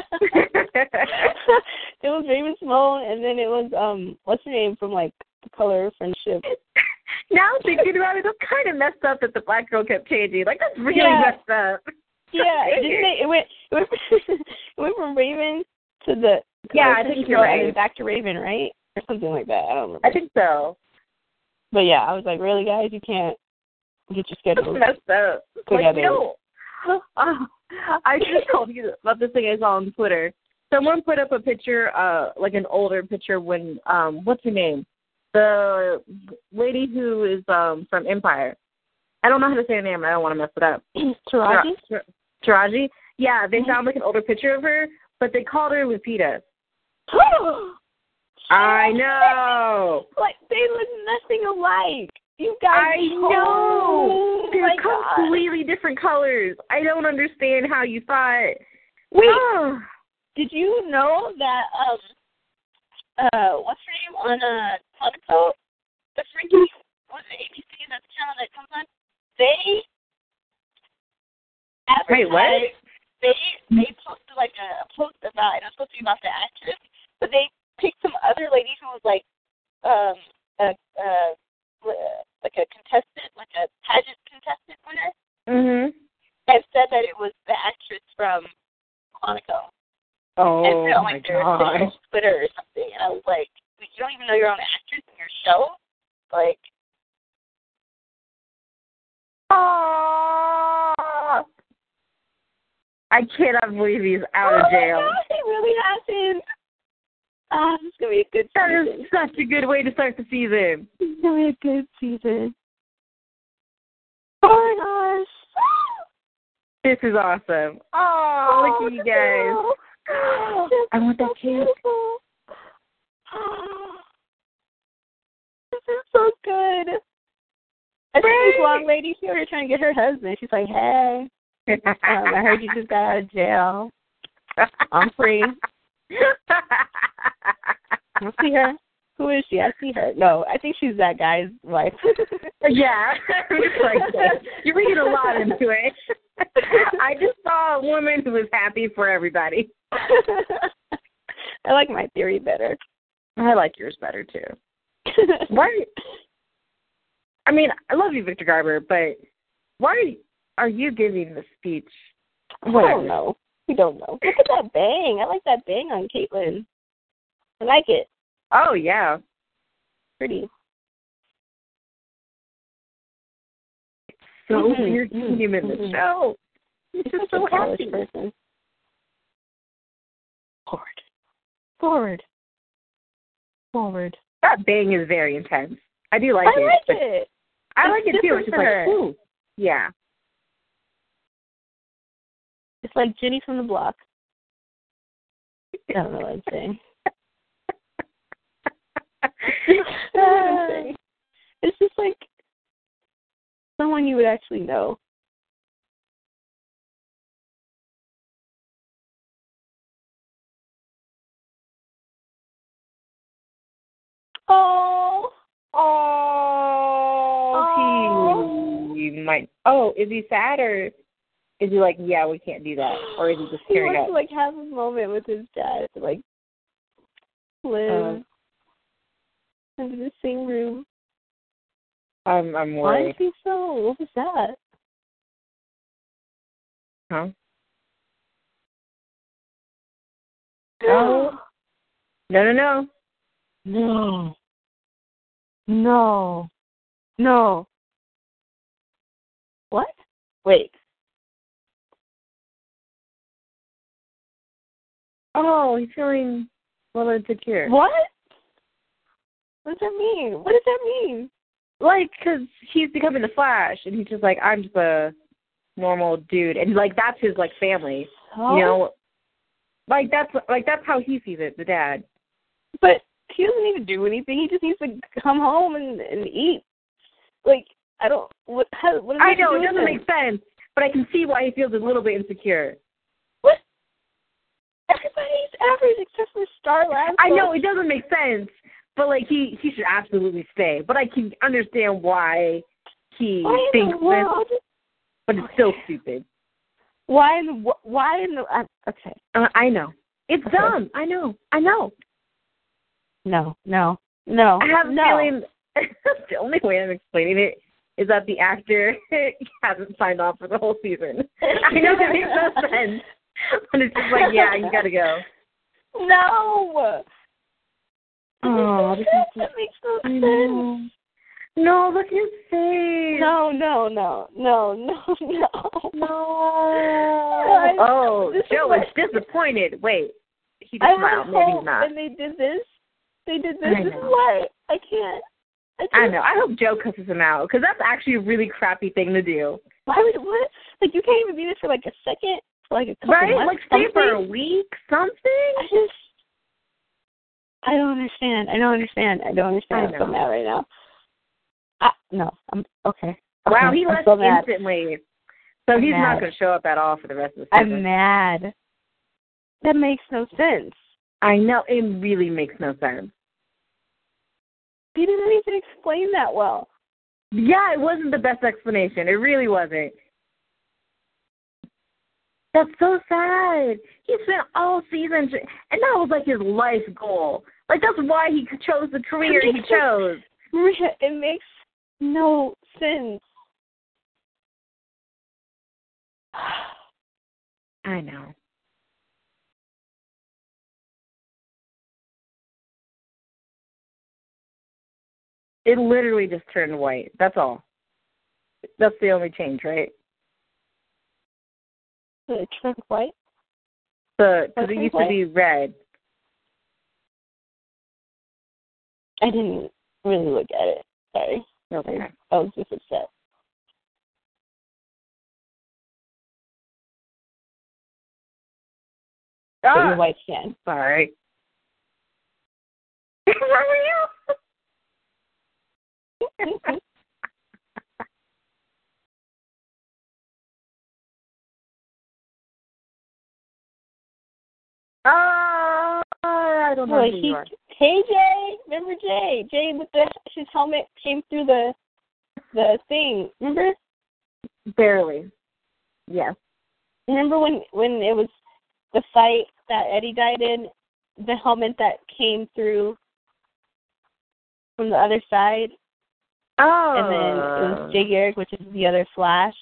it was Raymond Simone, and then it was um, what's her name from like The Color of Friendship.
now thinking about it, that's kind of messed up that the black girl kept changing. Like that's really
Yeah.
messed up.
Yeah, it, didn't they, it went it went, it went from [laughs] Raven to the
Yeah, I
Color
think
of Friendship
you're
girl, and then
right.
back to Raven, right, or something like that. I don't remember.
I think so.
but yeah, I was like, really, guys, you can't get your
That's [laughs]
schedule.
messed up. Like,
Together.
no. [laughs] oh, I just told you about this thing I saw on Twitter. Someone put up a picture, uh, like an older picture when um what's her name? The lady who is um from Empire. I don't know how to say her name, I don't want to mess it up.
[clears throat] Taraji?
Taraji? Taraji? Yeah, they
Mhm.
found like an older picture of her, but they called her Lupita. [gasps] I know.
Like they look nothing alike. You guys.
I know.
Oh
They're
my God.
completely different colors. I don't understand how you thought. [sighs]
Wait,
Ah.
did you know that um uh what's her name on uh Politico? The freaking what's it ABC that's the channel that comes on? They
Wait, what?
advertised- They they posted like a post uh, about and it was supposed to be about the actress, but they picked some other lady who was like um a uh like a contestant, like a pageant contestant winner,
Mhm.
and said that it was the actress from Monaco and
Oh
they're
my
like they're they're
god.
on Twitter or something, and I was like, "Wait, you don't even know you're on actress in your show, like
Oh. I cannot believe he's out
oh
of jail.
My gosh, it really happened. Ah, this is gonna be a good
That
season.
is such a good way to start the season.
This is gonna be a good season. Oh my gosh.
This is awesome. Oh, look at you guys.
[gasps] no.
I want
This
that
is so
cake.
beautiful. [gasps] Ah. This is so good. I think
Right?
this long lady, she was trying to get her husband. She's like, hey,
[laughs]
um, I heard you just got out of jail. I'm
[laughs]
free. I see her. Who is she? I see her. No, I think she's that guy's wife. [laughs]
Yeah, It's like that. you're reading a lot into it. [laughs] I just saw a woman who was happy for everybody.
[laughs] I like my theory better. [laughs]
I like yours better too. Why? I mean, I love you, Victor Garber, but why are you giving the speech?
I don't know. We don't know. Look at that bang. I like that bang on Caitlin. I like it.
Oh yeah,
Pretty.
so Mm-hmm.
Mhm.
weird seeing him in the
Mhm.
show. He's
She's
just
such
so
a jealous
happy.
person. Forward. Forward. Forward.
That bang is very intense. I do like
I
it.
like
but
it.
I like
It's
it too.
different
It's just
for her.
like, [laughs] ooh, yeah.
It's like Jenny from the block. I don't know what I'm saying. [laughs] I don't know what I'm saying. It's just like someone you would actually know. Oh,
Oh, he might. Oh, is he sad or is he like, yeah, we can't do that, or is he just
he
tearing
wants
up?
to like have a moment with his dad to like live under the same roof.
I'm I'm
Why is
worried.
he so? What was that?
Huh? No. No, no, no.
No. No. No. What? Wait.
Oh, he's feeling a little insecure.
What? What does that mean? What does that mean?
Like, cause he's becoming the Flash, and he's just like, I'm just a normal dude, and like that's his like family, you know. Like that's like that's how he sees it, the dad.
But he doesn't need to do anything. He just needs to come home and, and eat. Like I don't. What? How, what does
I
that
know
do
it
with
doesn't
him?
make sense, but I can see why he feels a little bit insecure.
What? Everybody's average except for Star Labs.
I know it doesn't make sense, but like he he should absolutely stay. But I can understand why he
Why in
thinks
the
this,
world?
but it's still stupid.
Why in the wo- why in the uh, okay?
Uh, I know it's
Okay.
dumb. I know. I know.
No, no, no.
I have a
no.
feeling [laughs] the only way I'm explaining it is that the actor [laughs] hasn't signed off for the whole season. I know that makes
[laughs]
no sense, but it's just like, yeah, you gotta go.
No.
Oh, this is
that makes no
I
[laughs] sense.
know. No, look at his face.
No, no, no, no, no, no.
No.
I-
Oh,
this is
Joe
what-
is disappointed. Wait, he
I
just
had
smiled. Maybe
hope,
he's not.
and they did this. They did this.
I
This is
know.
why I can't. I, can't.
I know. I hope Joe cusses him out because that's actually a really crappy thing to do.
Why would what? Like you can't even be there for like a second, for like a couple
Right? Like
months.
stay for a
something.
week, something.
I just. I don't understand. I don't understand. I don't understand.
I
I'm so
know.
mad right now. I, no, I'm okay.
Wow,
Okay,
he
I'm
left
so mad.
instantly. So
I'm
he's
mad.
not going to show up at all for the rest of the season.
I'm mad. That makes no sense.
I know it really makes no sense.
They didn't even explain that well.
Yeah, it wasn't the best explanation. It really wasn't. That's so sad. He spent all season, tr- and that was like his life goal. Like that's why he chose the career he chose.
Maria, it makes no sense. [sighs]
I know. It literally just turned white. That's all. That's the only change, right?
The trunk white.
The because
That
it
turned
used to
white.
be red.
I didn't really look at it. Sorry,
Okay.
I was just upset. But your
Ah,
wife can.
sorry. [laughs] Where [laughs] were you? oh, I don't know
Like
who
he,
you are.
hey Jay, remember Jay? Jay with the his helmet came through the the thing. Remember?
Barely. Yes.
Remember when when it was the fight that Eddie died in, the helmet that came through from the other side,
Oh.
and then it was Jay Garrick, which is the other Flash.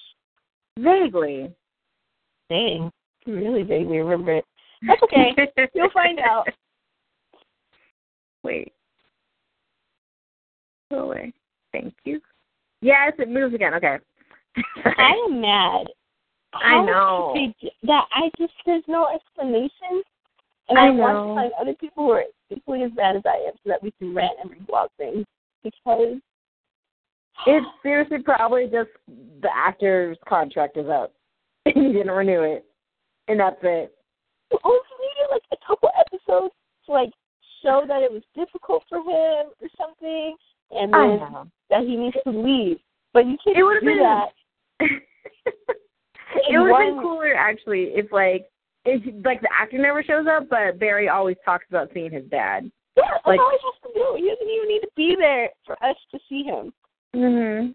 Vaguely.
Dang, I really vaguely remember it. That's
[laughs]
okay. You'll find out.
Wait. Go away. Thank you. Yes, it moves again. Okay. [laughs]
I am mad. How
know.
could they do- that I just there's no explanation, and
I
I, want
know.
to find other people who are equally as bad as I am, so that we can rant and rewalk things because
It's seriously probably just the actor's contract is up. [laughs] he didn't renew it. And that's it.
we only needed like a couple episodes to like show that it was difficult for him or something, and then
know.
that he needs to leave. But you can't
It would've
do
been-
that.
[laughs] it
And
would have been
one-
cooler actually if like if like the actor never shows up but Barry always talks about seeing his dad.
Yeah, that's
like-
all he has to do. He doesn't even need to be there for us to see him.
Mhm.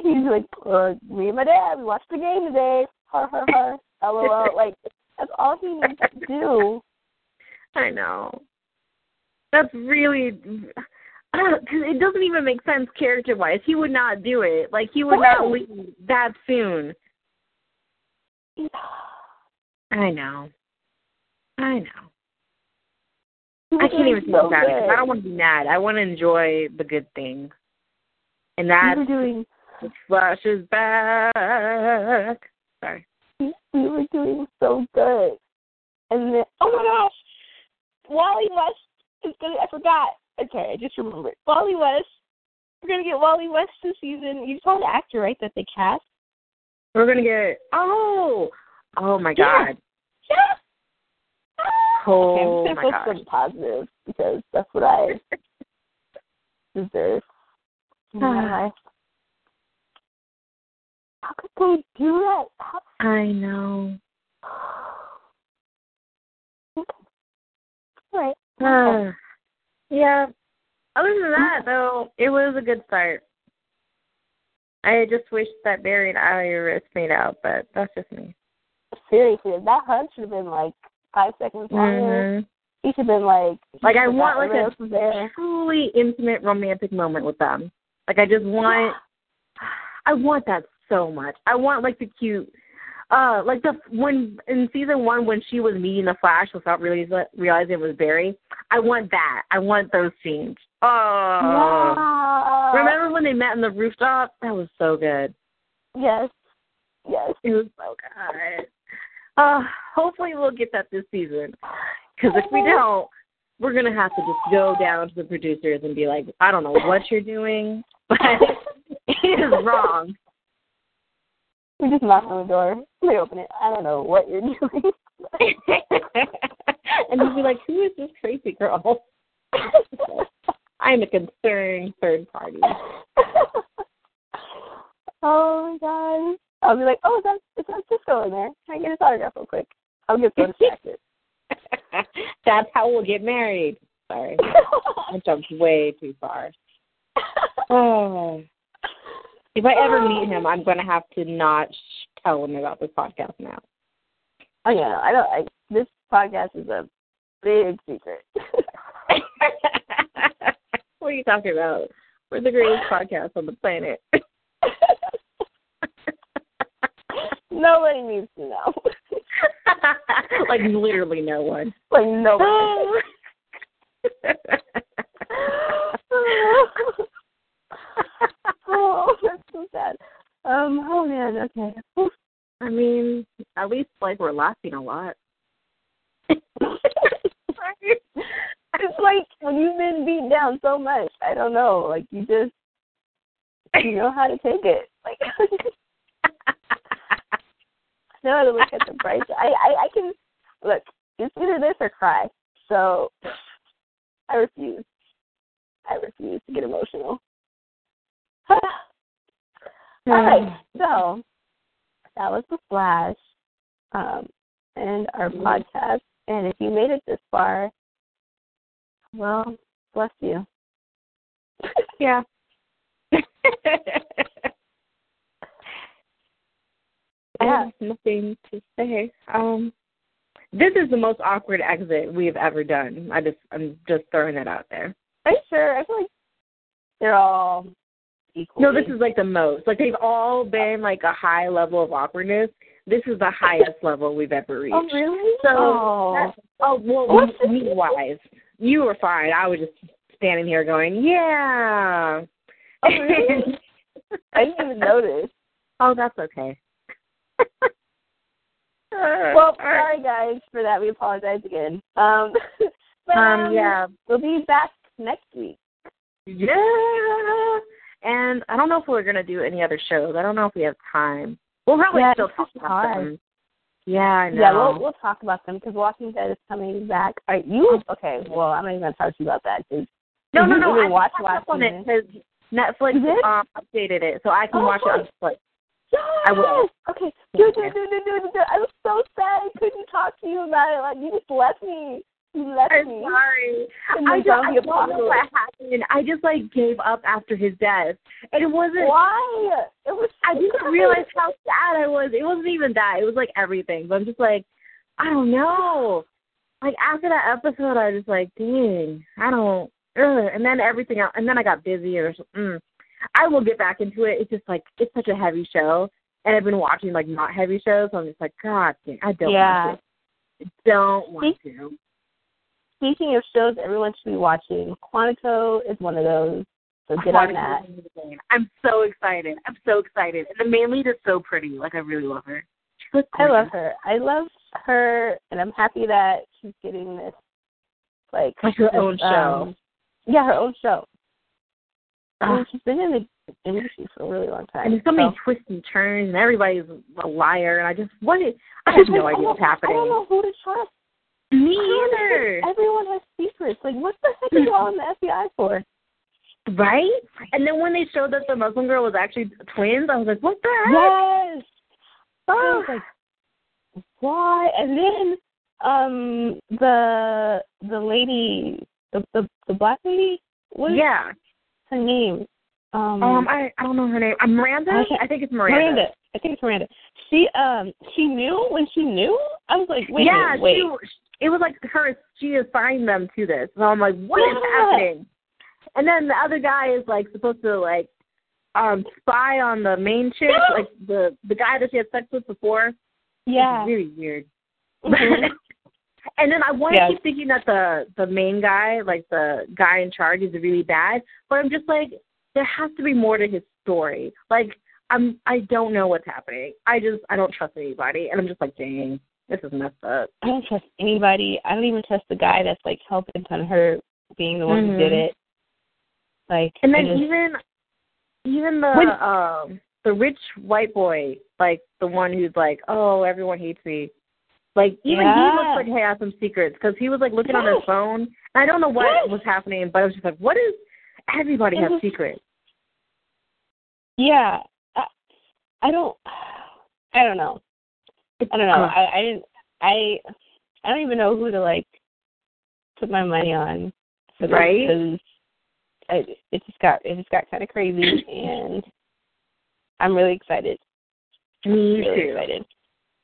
he's like, uh, me and my dad, we watched the game today. Har har har.
[laughs]
LOL. Like that's all he needs to do.
I know. That's really [sighs] because it doesn't even make sense character wise. He would not do it. Like he would
No.
not leave that soon. I know. I know. I can't even think about it. 'cause I don't want to be mad. I want to enjoy the good thing. And
We
that
were doing
flashes back. Sorry.
we were doing so good, and then oh my gosh, Wally West is gonna. I forgot. Okay, I just remembered. Wally West. We're gonna get Wally West this season. You saw the actor, right? That they cast.
We're going to get. Oh! Oh my
Yeah.
God.
Yeah. [laughs] okay,
Oh
I'm
my
just
gosh.
gonna focus on positive because that's
[laughs]
what I deserve in my life. How could they do that? How-
[sighs]
[sighs]
I know.
Okay. All right.
Ah. [sighs] yeah. Other than that, though, it was a good start. I just wish that Barry and Iris made out, but that's just me.
Seriously, that hug should have been like five seconds longer.
Mhm.
He should have been like,
Like, I
forgot
want, like,
everybody
a-
else was there.
truly intimate romantic moment with them. Like I just want I want that so much. I want like the cute uh like the when in season 1 when she was meeting the Flash without really realizing it was Barry. I want that. I want those scenes. Oh.
Wow.
Remember when they met on the rooftop? That was so good.
Yes.
[laughs]
Yes.
It was so good. Uh, hopefully we'll get that this season. Because if
[laughs]
we don't, we're gonna have to just go down [laughs] to the producers and be like, I don't know what you're [laughs] doing, but it is wrong.
We just knock on the door. We open it. I don't know what you're [laughs] doing.
[laughs] and you'd be like, Who is this crazy girl? I'm a concerned third party.
[laughs] oh my god. I'll be like, oh, is that, is that Cisco in there? Can I get his autograph real quick? I'll
[laughs]
get so distracted. [laughs]
That's how we'll get married. Sorry, I jumped way too far. Oh. If I ever meet him, I'm going to have to not sh- tell him about this podcast now.
oh yeah, I don't. I, this podcast is a big secret. [laughs]
[laughs] what are you talking about? We're the greatest podcast on the planet.
Nobody needs to know.
like literally no one.
like nobody. oh, that's so sad. Um. Oh man. Okay. Oof.
I mean, at least like we're laughing a [sighs] lot.
[laughs] it's like when you've been beat down so much. I don't know. Like you just you know how to take it. Like [laughs] know how to look at the bright. I, I I can look. It's either this or cry. So I refuse. I refuse to get emotional. [sighs] All right.
Hmm.
So that was the flash, um, and our
Hmm.
podcast. And if you made it this far, well, bless you.
Yeah. [laughs] I have nothing to say. Um, this is the most awkward exit we have ever done. I just, I'm just throwing that out there.
Are you sure? I feel like they're all equal.
No, this is like the most. Like they've all been like a high level of awkwardness. This is the highest level we've ever reached.
Oh really?
So [laughs]
oh.
that's- oh well,
What's the-
me wise, you were fine. I was just standing here going, yeah. [laughs]
Oh, really? I didn't even notice.
oh, that's [laughs] okay.
Well, sorry guys for that. We apologize again. Um, [laughs] but,
um, yeah,
we'll be back next week.
uh, yeah. And I don't know if we're gonna do any other shows. I don't know if we have time. We'll probably
Yeah,
still
it's
talk
just
about
hard.
them. Yeah, I know.
Yeah, we'll we'll talk about them because Walking Dead is coming back. Are you okay? Well, I'm not even gonna talk to you about that. 'cause-
No,
Did
no,
you
no.
even
I
watch
watched
last
up on it
season?
because Netflix
You did?
um, updated it, so I can
Oh,
watch it on
good.
Netflix.
Yes!
I will.
Okay. Do do do do do do. do. I was so sad I couldn't talk to you about it. Like you just left me. You left me.
sorry.
in the
I just I
zombie
don't know
apocalypse.
what happened. I just like gave up after his death, and it wasn't.
Why? It was.
I didn't realize how sad I was. It wasn't even that. It was like everything. But I'm just like, I don't know. Like after that episode, I was just like, dang, I don't. Ugh. And then everything else, and then I got busy. Or so- mm. I will get back into it. It's just like it's such a heavy show, and I've been watching like not heavy shows. So I'm just like, God, dang, I don't
Yeah.
want to. I Don't want to.
Speaking of shows, everyone should be watching. Quantico is one of those. So get on that.
I'm so excited. I'm so excited. And the main lead is so pretty. Like I really love her. She's like
I love
gorgeous.
her. I love her, and I'm happy that she's getting this, like,
Like her
this,
own show.
um, Yeah, her own show. I mean,
Ugh.
she's been in the industry for a really long time.
And there's so many
so-
twists and turns, and everybody's a liar. And I just what? Is, I have no
[laughs] I
idea what's
don't- I don't
happening.
know who to trust.
Me
I don't know,
either.
Everyone has secrets. Like, what the heck are you all in the FBI for?
Right? And then when they showed that the Muslim girl was actually twins, I was like, what the heck?
Yes. I was
Ugh.
like, why? And then um the the lady, the the, the black lady. What is
yeah.
her name? Um,
Um, I I don't know her name. Uh, Miranda.
I can't-
I think it's
Miranda.
Miranda.
I think it's Miranda. She um she knew when she knew. I was like, wait, a
yeah,
minute, wait.
She, it was like her. She assigned them to this, and I'm like, what is
Yeah.
happening? And then the other guy is like supposed to like um spy on the main chick,
Yeah.
like the the guy that she had sex with before.
yeah. [laughs]
it's really weird.
Mhm.
And then I want
Yeah.
to keep thinking that the the main guy, like the guy in charge, is really bad. But I'm just like, there has to be more to his story. Like I'm, I don't know what's happening. I just, I don't trust anybody, and I'm just like, dang, this is messed up.
I don't trust anybody. I don't even trust the guy that's like helping on her being the one who did
Mhm.
it. Like
And
I
then
just-
even, even the
Mm-hmm. When-
um the rich white boy, like the one who's like, oh, everyone hates me. Like even he
Yeah.
looks like he has some secrets because he was like looking on his
Yes.
phone. And I don't know what
Yes. Mm-hmm.
was happening, but I was just like, what is? Everybody
It
has
was-
secrets.
yeah, I, I don't. I don't know. I don't know.
Uh,
I, I didn't. I I don't even know who to like put my money on. For this,
Right?
'cause I, it just got it just got kind of crazy, and I'm really excited.
Me
really
too.
excited.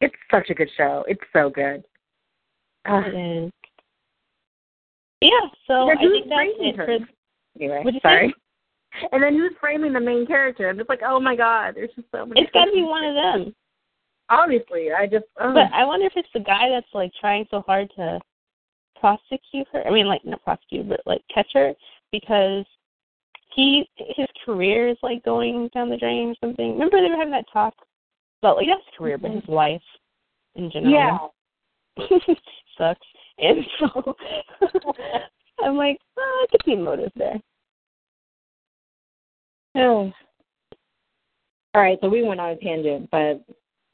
It's such a good show. It's so good. Uh,
And yeah, so
then
I
who's
think that's
framing
it
her?
for
Anyway,
What'd you say?
sorry. [laughs] And then who's framing the main character? I'm just like, oh my god, there's just so many.
It's got to be one of them.
Obviously, I just. Oh.
But I wonder if it's the guy that's like trying so hard to prosecute her. I mean, like not prosecute, but like catch her because he his career is like going down the drain or something. Remember they were having that talk about like not his career, but his life in general.
Mm-hmm. yeah.
[laughs] sucks. And so [laughs] I'm like, oh, I could see motive
[sighs]
there.
Oh. All right, so we went on a tangent, but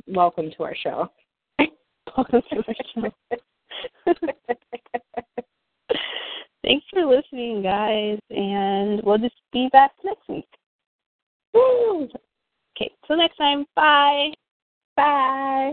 welcome to our
[laughs]
show.
Thanks for listening, guys, and we'll just be back next week. Woo! Okay, till next time. Bye. Bye.